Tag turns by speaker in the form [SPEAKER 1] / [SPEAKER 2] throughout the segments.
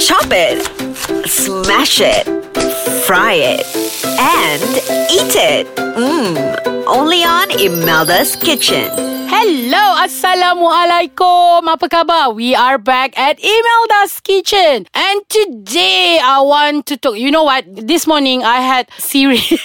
[SPEAKER 1] Chop it, smash it, fry it, and eat it. Mmm, only on Imelda's Kitchen.
[SPEAKER 2] Hello, Assalamualaikum. Apa khabar? We are back at Imelda's Kitchen. And today I want to talk. You know what? This morning I had series.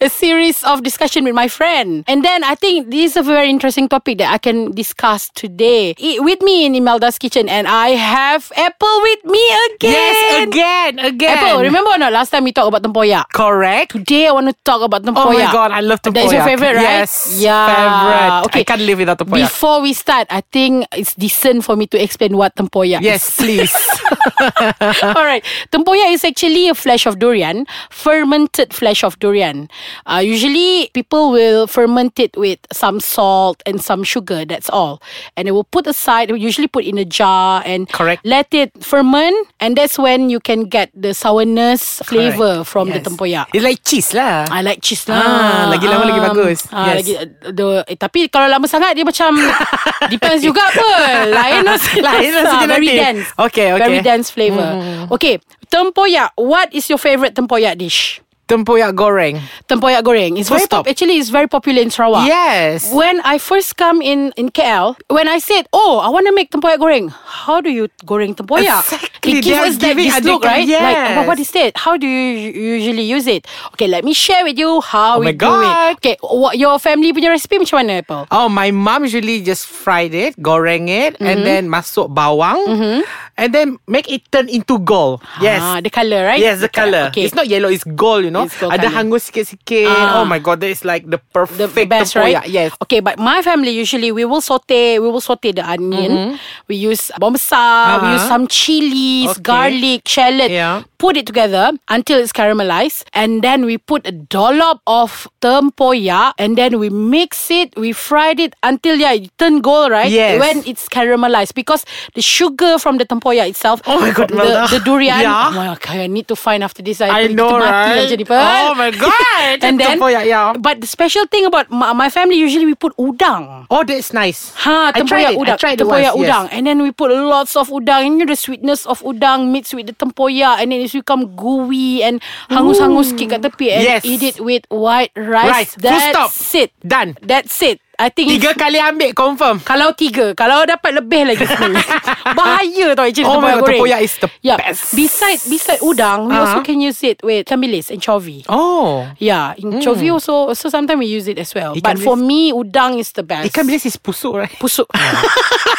[SPEAKER 2] A series of discussion with my friend, and then I think this is a very interesting topic that I can discuss today. Eat with me in Imelda's kitchen, and I have Apple with me again.
[SPEAKER 3] Yes, again, again.
[SPEAKER 2] Apple, remember or not last time we talked about tempoyak?
[SPEAKER 3] Correct.
[SPEAKER 2] Today I want to talk about tempoyak.
[SPEAKER 3] Oh my god, I love
[SPEAKER 2] That's
[SPEAKER 3] tempoyak.
[SPEAKER 2] your favorite, right?
[SPEAKER 3] Yes.
[SPEAKER 2] Yeah.
[SPEAKER 3] Favorite.
[SPEAKER 2] Okay.
[SPEAKER 3] I can't live without tempoyak.
[SPEAKER 2] Before we start, I think it's decent for me to explain what tempoyak
[SPEAKER 3] yes,
[SPEAKER 2] is.
[SPEAKER 3] please.
[SPEAKER 2] All right. Tempoyak is actually a flesh of durian, fermented flesh of durian. Uh, usually, people will ferment it with some salt and some sugar, that's all. And they will put aside, they will usually put in a jar and
[SPEAKER 3] Correct.
[SPEAKER 2] let it ferment. And that's when you can get the sourness flavor
[SPEAKER 3] Correct.
[SPEAKER 2] from
[SPEAKER 3] Yes.
[SPEAKER 2] the tempoyak.
[SPEAKER 3] It's like cheese lah.
[SPEAKER 2] I like cheese lah.
[SPEAKER 3] Ah, lagi lama lagi bagus.
[SPEAKER 2] Ah,
[SPEAKER 3] Yes.
[SPEAKER 2] lagi uh, the, eh, tapi kalau lama sangat dia macam depends juga apa. Lain rasa. Ah,
[SPEAKER 3] Lain rasa dia
[SPEAKER 2] Very
[SPEAKER 3] nanti.
[SPEAKER 2] dense.
[SPEAKER 3] Okay, Mm-hmm. okay.
[SPEAKER 2] Very dense flavour. Okay, tempoyak. What is your favourite tempoyak dish?
[SPEAKER 3] Tempoyak goreng.
[SPEAKER 2] Tempoyak goreng. It's
[SPEAKER 3] Full
[SPEAKER 2] very pop-
[SPEAKER 3] stop.
[SPEAKER 2] actually it's very popular in Sarawak.
[SPEAKER 3] Yes.
[SPEAKER 2] When I first come in in KL, when I said, "Oh, I want to make tempoyak goreng," how do you goreng tempoyak? It
[SPEAKER 3] Exactly.
[SPEAKER 2] gives
[SPEAKER 3] They are
[SPEAKER 2] us that
[SPEAKER 3] giving
[SPEAKER 2] this
[SPEAKER 3] adik-
[SPEAKER 2] look, right? Like,
[SPEAKER 3] Yes.
[SPEAKER 2] "Well, what is it? How do you u- usually use it? Okay, let me share with you how
[SPEAKER 3] Oh
[SPEAKER 2] we
[SPEAKER 3] my
[SPEAKER 2] do it.
[SPEAKER 3] God.
[SPEAKER 2] Okay, what your family punya recipe macam mana, Apple?
[SPEAKER 3] Oh, my mom usually just fried it, goreng it,
[SPEAKER 2] Mm-hmm.
[SPEAKER 3] and then masuk bawang, and then make it turn into gold. Yes.
[SPEAKER 2] Ah, the colour, right?
[SPEAKER 3] Yes, the color.
[SPEAKER 2] Okay.
[SPEAKER 3] It's not yellow, it's gold, you know.
[SPEAKER 2] It's gold
[SPEAKER 3] Ada
[SPEAKER 2] colour.
[SPEAKER 3] hangus sikit-sikit.
[SPEAKER 2] Ah.
[SPEAKER 3] Oh my god, that is like the perfect
[SPEAKER 2] the, the best,
[SPEAKER 3] tempoyak.
[SPEAKER 2] right?
[SPEAKER 3] Yes.
[SPEAKER 2] Okay, but my family usually we will saute, we will saute the onion. We use bawang besar, we
[SPEAKER 3] Mm-hmm. Uh-huh.
[SPEAKER 2] use some chilies,
[SPEAKER 3] Okay.
[SPEAKER 2] garlic, shallot.
[SPEAKER 3] Yeah.
[SPEAKER 2] Put it together until it's caramelized, and then we put a dollop of tempoyak, and then we mix it, we fried it until yeah, it turn gold, right?
[SPEAKER 3] Yes.
[SPEAKER 2] When it's caramelized, because the sugar from the tempoyak itself,
[SPEAKER 3] Oh my God,
[SPEAKER 2] the,
[SPEAKER 3] Melda.
[SPEAKER 2] the durian. Oh
[SPEAKER 3] Yeah.
[SPEAKER 2] my God, I need to find after this. I,
[SPEAKER 3] I
[SPEAKER 2] kita
[SPEAKER 3] know,
[SPEAKER 2] mati lah,
[SPEAKER 3] right?
[SPEAKER 2] Jennifer.
[SPEAKER 3] Oh my God.
[SPEAKER 2] and then,
[SPEAKER 3] Tempoyak, ya. yeah.
[SPEAKER 2] but the special thing about my, my family usually we put udang.
[SPEAKER 3] Oh, that's nice.
[SPEAKER 2] Ha,
[SPEAKER 3] I tried
[SPEAKER 2] tempoyak
[SPEAKER 3] it. I
[SPEAKER 2] udang.
[SPEAKER 3] tried it
[SPEAKER 2] tempoyak
[SPEAKER 3] once, yes.
[SPEAKER 2] udang. And then we put lots of udang. And you know the sweetness of udang mixed with the tempoyak. And then it's become gooey and hangus-hangus sikit kat tepi. And
[SPEAKER 3] Yes.
[SPEAKER 2] eat it with white rice.
[SPEAKER 3] Rice. Full stop.
[SPEAKER 2] That's it.
[SPEAKER 3] Done.
[SPEAKER 2] That's it. I think it's-
[SPEAKER 3] Tiga kali ambil confirm.
[SPEAKER 2] Kalau tiga Kalau dapat lebih lagi sebenarnya Bahaya tau actually
[SPEAKER 3] Oh
[SPEAKER 2] tempoyak
[SPEAKER 3] my God,
[SPEAKER 2] goreng
[SPEAKER 3] tempoyak is the
[SPEAKER 2] yeah.
[SPEAKER 3] best.
[SPEAKER 2] Beside, beside udang We
[SPEAKER 3] Uh-huh.
[SPEAKER 2] also can use it with Tambilis and Chovy
[SPEAKER 3] Oh.
[SPEAKER 2] Yeah, in Chovy also So sometimes we use it as well But
[SPEAKER 3] Ikan
[SPEAKER 2] for me Udang is the best
[SPEAKER 3] Ikan bilis is pusuk right?
[SPEAKER 2] Pusuk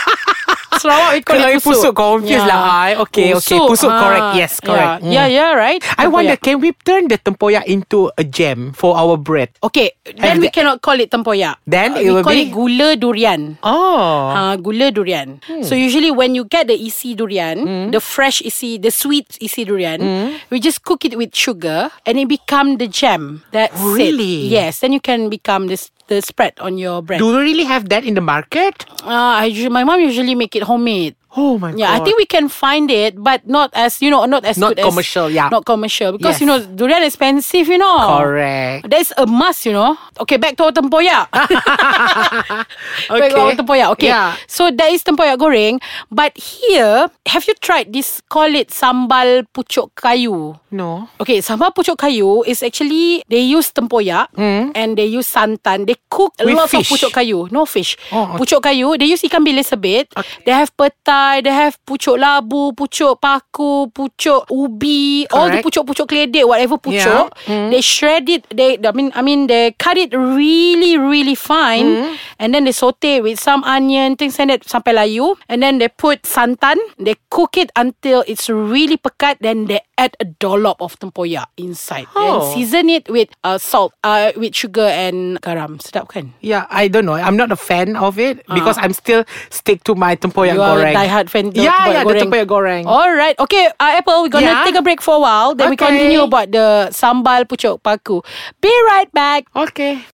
[SPEAKER 2] Sarawak we call
[SPEAKER 3] Kalau
[SPEAKER 2] it
[SPEAKER 3] you pusuk, confused lah I. Okay, okay. Pusuk,
[SPEAKER 2] ah.
[SPEAKER 3] correct. Yes, correct. Hmm.
[SPEAKER 2] Yeah, yeah, yeah right
[SPEAKER 3] I wonder,
[SPEAKER 2] Tempoyak.
[SPEAKER 3] can we turn the tempoyak into a jam for our bread?
[SPEAKER 2] Okay Then
[SPEAKER 3] Have
[SPEAKER 2] we
[SPEAKER 3] the-
[SPEAKER 2] cannot call it tempoyak
[SPEAKER 3] Then
[SPEAKER 2] Uh, We
[SPEAKER 3] it will
[SPEAKER 2] call
[SPEAKER 3] be-
[SPEAKER 2] it gula durian
[SPEAKER 3] Oh. Hmm.
[SPEAKER 2] uh, gula durian. So usually when you get the isi durian, the fresh isi, the sweet isi durian,
[SPEAKER 3] Hmm.
[SPEAKER 2] we just cook it with sugar and it become the jam. That's it.
[SPEAKER 3] Really?
[SPEAKER 2] Yes. Then you can become this the spread on your bread.
[SPEAKER 3] Do we really have that in the market?
[SPEAKER 2] Uh, I usually, my mom usually make it homemade.
[SPEAKER 3] Oh my
[SPEAKER 2] Yeah,
[SPEAKER 3] god.
[SPEAKER 2] I think we can find it, but not as you know, not as
[SPEAKER 3] Not
[SPEAKER 2] good as-
[SPEAKER 3] commercial, yeah.
[SPEAKER 2] not commercial because
[SPEAKER 3] Yes.
[SPEAKER 2] you know durian expensive, you know.
[SPEAKER 3] Correct.
[SPEAKER 2] That's a must, you know. Okay, back to our tempoyak. Back to our tempoyak. Okay.
[SPEAKER 3] Yeah.
[SPEAKER 2] So that is tempoyak goreng. But here, have you tried this? Call it sambal pucuk kayu.
[SPEAKER 3] No.
[SPEAKER 2] Okay, sambal pucuk kayu is actually they use tempoyak and they use santan. They cook a
[SPEAKER 3] Hmm. With
[SPEAKER 2] lot
[SPEAKER 3] fish.
[SPEAKER 2] of pucuk kayu. No fish.
[SPEAKER 3] Oh, okay.
[SPEAKER 2] Pucuk kayu. They use ikan bilis a bit. They have petai. They have pucuk labu, pucuk paku, pucuk ubi. All the
[SPEAKER 3] Correct.
[SPEAKER 2] pucuk-pucuk keledek, whatever pucuk.
[SPEAKER 3] Hmm?
[SPEAKER 2] They shred it. They I mean I mean they cut it really really fine
[SPEAKER 3] Hmm?
[SPEAKER 2] and then they saute with some onion things like that sampai layu and then they put santan. They cook it until it's really pekat. Then they add a dollop of tempoyak inside
[SPEAKER 3] Oh.
[SPEAKER 2] and season it with uh, salt, uh, with sugar and garam. Sedap kan?
[SPEAKER 3] Yeah, I don't know. I'm not a fan of it because I'm still stick to my tempoyak
[SPEAKER 2] Uh-huh. You are
[SPEAKER 3] goreng.
[SPEAKER 2] a diehard fan. of
[SPEAKER 3] Yeah,
[SPEAKER 2] tempoyak
[SPEAKER 3] yeah, the
[SPEAKER 2] goreng.
[SPEAKER 3] tempoyak goreng.
[SPEAKER 2] All right, okay, uh, Apple. We're gonna
[SPEAKER 3] Yeah.
[SPEAKER 2] take a break for a while. Then we
[SPEAKER 3] Okay.
[SPEAKER 2] continue about the sambal pucuk paku. Be right back.
[SPEAKER 3] Okay.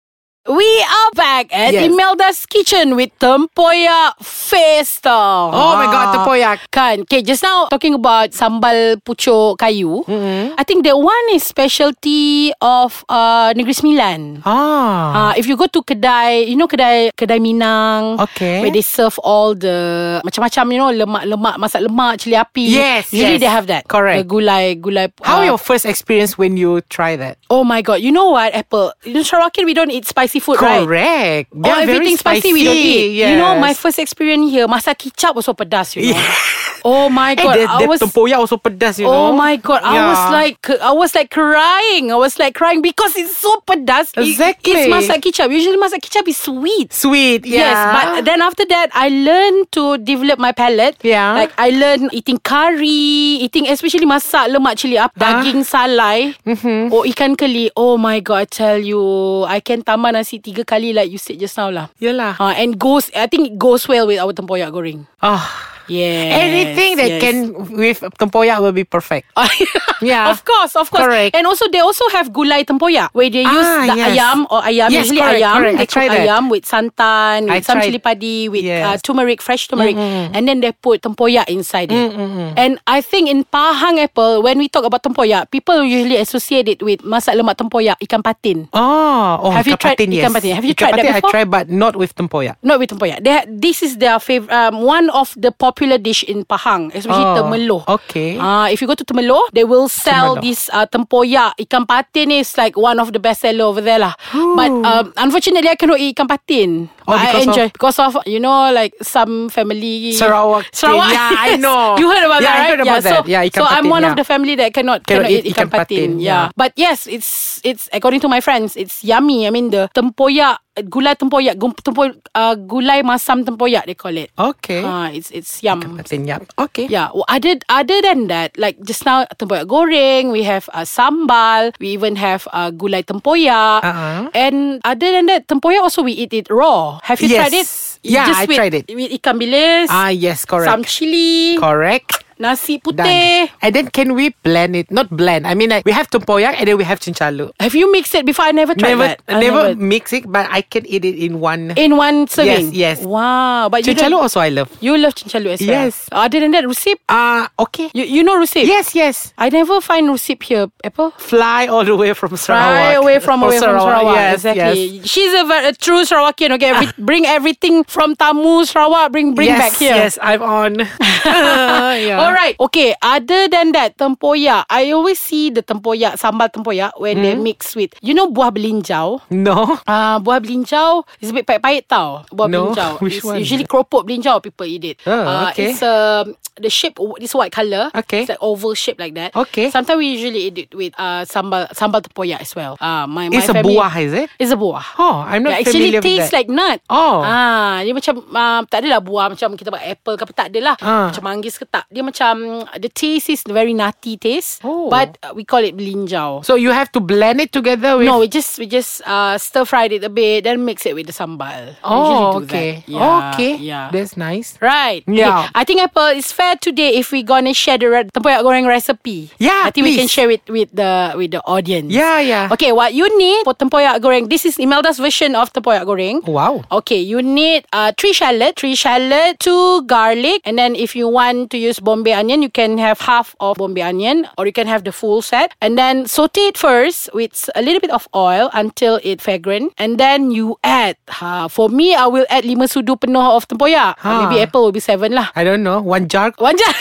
[SPEAKER 2] We are back at
[SPEAKER 3] Yes.
[SPEAKER 2] Imelda's kitchen with tempoyak festa.
[SPEAKER 3] Oh my
[SPEAKER 2] Ah.
[SPEAKER 3] God, tempoyak.
[SPEAKER 2] Kan. Okay, just now talking about sambal pucuk kayu.
[SPEAKER 3] Hmm.
[SPEAKER 2] Mm-hmm. I think that one is specialty of uh, Negeri Sembilan.
[SPEAKER 3] Ah.
[SPEAKER 2] Uh, if you go to kedai, you know kedai kedai Minang,
[SPEAKER 3] Okay.
[SPEAKER 2] where they serve all the macam-macam, you know lemak-lemak, masak lemak, cili api.
[SPEAKER 3] Yes,
[SPEAKER 2] usually
[SPEAKER 3] yes.
[SPEAKER 2] they have that.
[SPEAKER 3] Correct.
[SPEAKER 2] The gulai gulai.
[SPEAKER 3] How
[SPEAKER 2] uh,
[SPEAKER 3] your first experience when you try that?
[SPEAKER 2] Oh my god! You know what, Apple? In Sarawakian, we don't eat spicy food, right?
[SPEAKER 3] Correct.
[SPEAKER 2] oh,
[SPEAKER 3] They are very
[SPEAKER 2] everything spicy, we don't eat.
[SPEAKER 3] Yes.
[SPEAKER 2] You know, my first experience here, masak kicap was so pedas, you know. Oh my
[SPEAKER 3] Eh,
[SPEAKER 2] god,
[SPEAKER 3] the,
[SPEAKER 2] I
[SPEAKER 3] the
[SPEAKER 2] was.
[SPEAKER 3] tempoyak also pedas, you
[SPEAKER 2] Oh
[SPEAKER 3] know.
[SPEAKER 2] my god! I was
[SPEAKER 3] Yeah.
[SPEAKER 2] like, I was like crying. I was like crying because it's so pedas. It-
[SPEAKER 3] Exactly.
[SPEAKER 2] it's masak kicap. Usually masak kicap is sweet. Ah.
[SPEAKER 3] sweet. Yeah.
[SPEAKER 2] Yes, but then after that, I learned to develop my palate.
[SPEAKER 3] Yeah.
[SPEAKER 2] Like I learned eating curry, eating especially masak lemak cili up,
[SPEAKER 3] Ah.
[SPEAKER 2] daging salai,
[SPEAKER 3] Mm-hmm.
[SPEAKER 2] or ikan keli. Oh my god, I tell you, I can tambah nasi tiga kali like you said just now lah.
[SPEAKER 3] Yelah.
[SPEAKER 2] Uh, and goes, I think it goes well with our tempoyak goreng.
[SPEAKER 3] Ah.
[SPEAKER 2] Yeah.
[SPEAKER 3] Anything that can with tempoyak will be perfect. Yeah.
[SPEAKER 2] Of course, of course.
[SPEAKER 3] Correct.
[SPEAKER 2] And also they also have gulai tempoyak where they use
[SPEAKER 3] Ah,
[SPEAKER 2] the
[SPEAKER 3] yes.
[SPEAKER 2] ayam or ayam
[SPEAKER 3] Yes,
[SPEAKER 2] usually
[SPEAKER 3] correct,
[SPEAKER 2] ayam
[SPEAKER 3] correct.
[SPEAKER 2] they
[SPEAKER 3] I
[SPEAKER 2] cook
[SPEAKER 3] tried that.
[SPEAKER 2] ayam with santan
[SPEAKER 3] I
[SPEAKER 2] with some
[SPEAKER 3] tried-
[SPEAKER 2] chili padi with uh,
[SPEAKER 3] Yes. Mm,
[SPEAKER 2] turmeric fresh turmeric and then they put tempoyak inside it. And I think in Pahang Apple when we talk about tempoyak people usually associate it with masak lemak tempoyak ikan patin.
[SPEAKER 3] Oh, oh
[SPEAKER 2] Have you
[SPEAKER 3] ikan
[SPEAKER 2] tried
[SPEAKER 3] patin,
[SPEAKER 2] ikan
[SPEAKER 3] yes.
[SPEAKER 2] patin? Have you tried
[SPEAKER 3] Ikan
[SPEAKER 2] that
[SPEAKER 3] patin I
[SPEAKER 2] before?
[SPEAKER 3] tried but not with tempoyak.
[SPEAKER 2] Not with tempoyak. They, this is their favorite, um, one of the popular dish in Pahang, especially
[SPEAKER 3] Oh,
[SPEAKER 2] temeloh.
[SPEAKER 3] okay.
[SPEAKER 2] Uh, if you go to temeloh, they will sell
[SPEAKER 3] Temeloh.
[SPEAKER 2] this uh, tempoyak. Ikan patin is like one of the best seller over there lah. But um, unfortunately, I cannot eat ikan patin.
[SPEAKER 3] Oh,
[SPEAKER 2] But I
[SPEAKER 3] because of-
[SPEAKER 2] enjoy because of you know like some family
[SPEAKER 3] Sarawak.
[SPEAKER 2] Sarawak.
[SPEAKER 3] Yeah, I
[SPEAKER 2] yes.
[SPEAKER 3] know.
[SPEAKER 2] You heard about
[SPEAKER 3] Yeah,
[SPEAKER 2] that,
[SPEAKER 3] I
[SPEAKER 2] right?
[SPEAKER 3] heard about
[SPEAKER 2] yeah,
[SPEAKER 3] that.
[SPEAKER 2] So,
[SPEAKER 3] Yeah, ikan
[SPEAKER 2] so I'm
[SPEAKER 3] patin,
[SPEAKER 2] one of
[SPEAKER 3] yeah.
[SPEAKER 2] the family that cannot cannot, eat ikan, patin. Yeah. But yes, it's it's according to my friends, it's yummy. I mean the tempoyak, gulai tempoyak, gum- tempo, uh, gulai masam tempoyak they call it.
[SPEAKER 3] Okay.
[SPEAKER 2] Uh, it's it's yum.
[SPEAKER 3] patin, yeah. Okay.
[SPEAKER 2] Yeah, well, other other than that, like just now tempoyak goreng, we have uh, sambal, we even have uh, gulai tempoyak,
[SPEAKER 3] Uh-uh.
[SPEAKER 2] and other than that, tempoyak also we eat it raw. Have you
[SPEAKER 3] Yes.
[SPEAKER 2] tried it?
[SPEAKER 3] Yeah,
[SPEAKER 2] Just
[SPEAKER 3] I
[SPEAKER 2] with,
[SPEAKER 3] tried it.
[SPEAKER 2] With ikan bilis,
[SPEAKER 3] Ah, yes, correct.
[SPEAKER 2] some chili,
[SPEAKER 3] correct.
[SPEAKER 2] nasi
[SPEAKER 3] Done.
[SPEAKER 2] putih.
[SPEAKER 3] And then can we blend it? Not blend. I mean, like, we have tempoyak and then we have chinchalu.
[SPEAKER 2] Have you mixed it before? I never tried
[SPEAKER 3] Never,
[SPEAKER 2] that. I
[SPEAKER 3] never mix it, but I can eat it in one.
[SPEAKER 2] in one serving.
[SPEAKER 3] Yes, yes.
[SPEAKER 2] Wow, but you
[SPEAKER 3] Chinchalu
[SPEAKER 2] don't-
[SPEAKER 3] also I love.
[SPEAKER 2] You love chinchalu as well.
[SPEAKER 3] Yes.
[SPEAKER 2] Other than that, rusip.
[SPEAKER 3] Ah, okay.
[SPEAKER 2] You you know rusip.
[SPEAKER 3] Yes, yes.
[SPEAKER 2] I never find rusip here, Apple.
[SPEAKER 3] Fly all the way from Sarawak.
[SPEAKER 2] Right away from
[SPEAKER 3] Or
[SPEAKER 2] away from Sarawak.
[SPEAKER 3] Yes,
[SPEAKER 2] exactly.
[SPEAKER 3] yes.
[SPEAKER 2] She's a, ver- a true Sarawakian. Okay, Every- bring everything from Tamu Sarawak. Bring bring
[SPEAKER 3] yes,
[SPEAKER 2] back here.
[SPEAKER 3] Yes, I'm on. Uh, Yeah.
[SPEAKER 2] All right. Okay. Other than that, tempoyak. I always see the tempoyak sambal tempoyak when they
[SPEAKER 3] Hmm?
[SPEAKER 2] mix with you know buah belinjau.
[SPEAKER 3] No.
[SPEAKER 2] Ah, uh, buah belinjau is a bit pahit-pahit tau. Buah
[SPEAKER 3] No,
[SPEAKER 2] belinjau.
[SPEAKER 3] which
[SPEAKER 2] It's
[SPEAKER 3] one?
[SPEAKER 2] Usually keropok belinjau people eat it.
[SPEAKER 3] Oh,
[SPEAKER 2] Ah,
[SPEAKER 3] okay.
[SPEAKER 2] It's um the shape is white color.
[SPEAKER 3] Okay.
[SPEAKER 2] It's like oval shape like that.
[SPEAKER 3] Okay.
[SPEAKER 2] Sometimes we usually eat it with uh sambal sambal tempoyak as well. Ah, my my
[SPEAKER 3] It's a
[SPEAKER 2] family-
[SPEAKER 3] buah, is it?
[SPEAKER 2] It's a buah.
[SPEAKER 3] Oh, I'm not
[SPEAKER 2] It actually
[SPEAKER 3] familiar with
[SPEAKER 2] tastes like
[SPEAKER 3] that.
[SPEAKER 2] nut.
[SPEAKER 3] Oh.
[SPEAKER 2] Ah, dia macam uh, tak adalah buah macam kita buat apple ke apa tak adalah.
[SPEAKER 3] Ah.
[SPEAKER 2] Macam manggis ke tak. Dia macam the taste is very nutty taste.
[SPEAKER 3] Oh.
[SPEAKER 2] But uh, we call it belinjau.
[SPEAKER 3] So you have to blend it together with.
[SPEAKER 2] No, we just we just uh, stir fried it a bit, then mix it with the sambal. We usually
[SPEAKER 3] Oh,
[SPEAKER 2] do
[SPEAKER 3] okay.
[SPEAKER 2] that. Yeah,
[SPEAKER 3] okay.
[SPEAKER 2] Yeah.
[SPEAKER 3] That's nice.
[SPEAKER 2] Right.
[SPEAKER 3] Yeah.
[SPEAKER 2] Okay. I think Apple it's fair today if we're gonna share the re- tempoyak goreng recipe.
[SPEAKER 3] Yeah,
[SPEAKER 2] I think we can
[SPEAKER 3] please.
[SPEAKER 2] share it with the with the audience.
[SPEAKER 3] Yeah, yeah.
[SPEAKER 2] Okay, what you need for tempoyak goreng? This is Imelda's version of tempoyak goreng.
[SPEAKER 3] Wow.
[SPEAKER 2] Okay, you need uh, three shallot, three shallot, two garlic, and then if you want to use Bombay onion, you can have half of Bombay onion, or you can have the full set, and then saute it first with a little bit of oil until it fragrant, and then you add. Uh, for me, I will add lima sudu penuh of tempoyak.
[SPEAKER 3] Ha.
[SPEAKER 2] Maybe Apple will be seven lah.
[SPEAKER 3] I don't know. One jar.
[SPEAKER 2] One jar.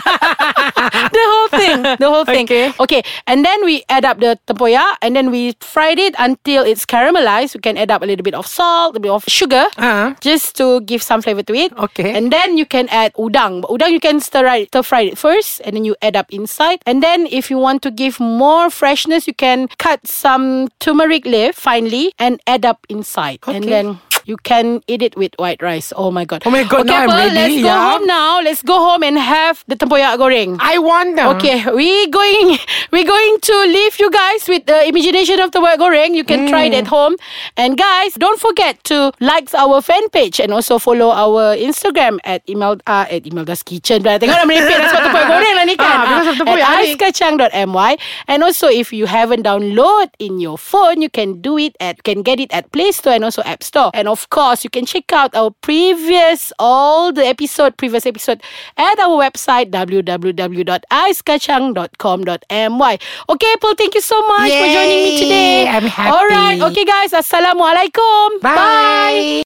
[SPEAKER 2] the whole thing. The whole thing.
[SPEAKER 3] Okay.
[SPEAKER 2] Okay. And then we add up the tempoyak and then we fried it until it's caramelized. We can add up a little bit of salt, a bit of sugar.
[SPEAKER 3] Uh-huh.
[SPEAKER 2] Just to give some flavor to it.
[SPEAKER 3] Okay.
[SPEAKER 2] And then you can add udang. But Udang you can stir right, stir fry it first and then you add up inside. And then if you want to give more freshness, you can cut some turmeric leaf finely and add up inside. And
[SPEAKER 3] Okay.
[SPEAKER 2] then You can eat it with white rice. Oh my god.
[SPEAKER 3] Oh my God,
[SPEAKER 2] Okay,
[SPEAKER 3] now I'm
[SPEAKER 2] Pearl, let's
[SPEAKER 3] ready,
[SPEAKER 2] go
[SPEAKER 3] yeah.
[SPEAKER 2] home now. Let's go home and have the tempoyak goreng.
[SPEAKER 3] I wonder.
[SPEAKER 2] Okay, we going we going to leave you guys with the imagination of the word goreng. You can try it
[SPEAKER 3] Mm.
[SPEAKER 2] at home. And guys, don't forget to like our fan page and also follow our Instagram at email uh, at imelda's kitchen. Dah tengok dah merepek dah sebab tempoyak goreng lah ni kan.
[SPEAKER 3] Ah, because of tempoyak
[SPEAKER 2] at
[SPEAKER 3] ni.
[SPEAKER 2] aiskacang.my and also if you haven't download in your phone, you can do it at can get it at Play Store and also App Store. And of course, you can check out our previous all the episode previous episode at our website www.aiskacang.com.my. Okay, Paul, thank you so much for joining me
[SPEAKER 3] Yay,
[SPEAKER 2] today.
[SPEAKER 3] I'm
[SPEAKER 2] All right,
[SPEAKER 3] happy.
[SPEAKER 2] okay, guys. Assalamualaikum.
[SPEAKER 3] Bye.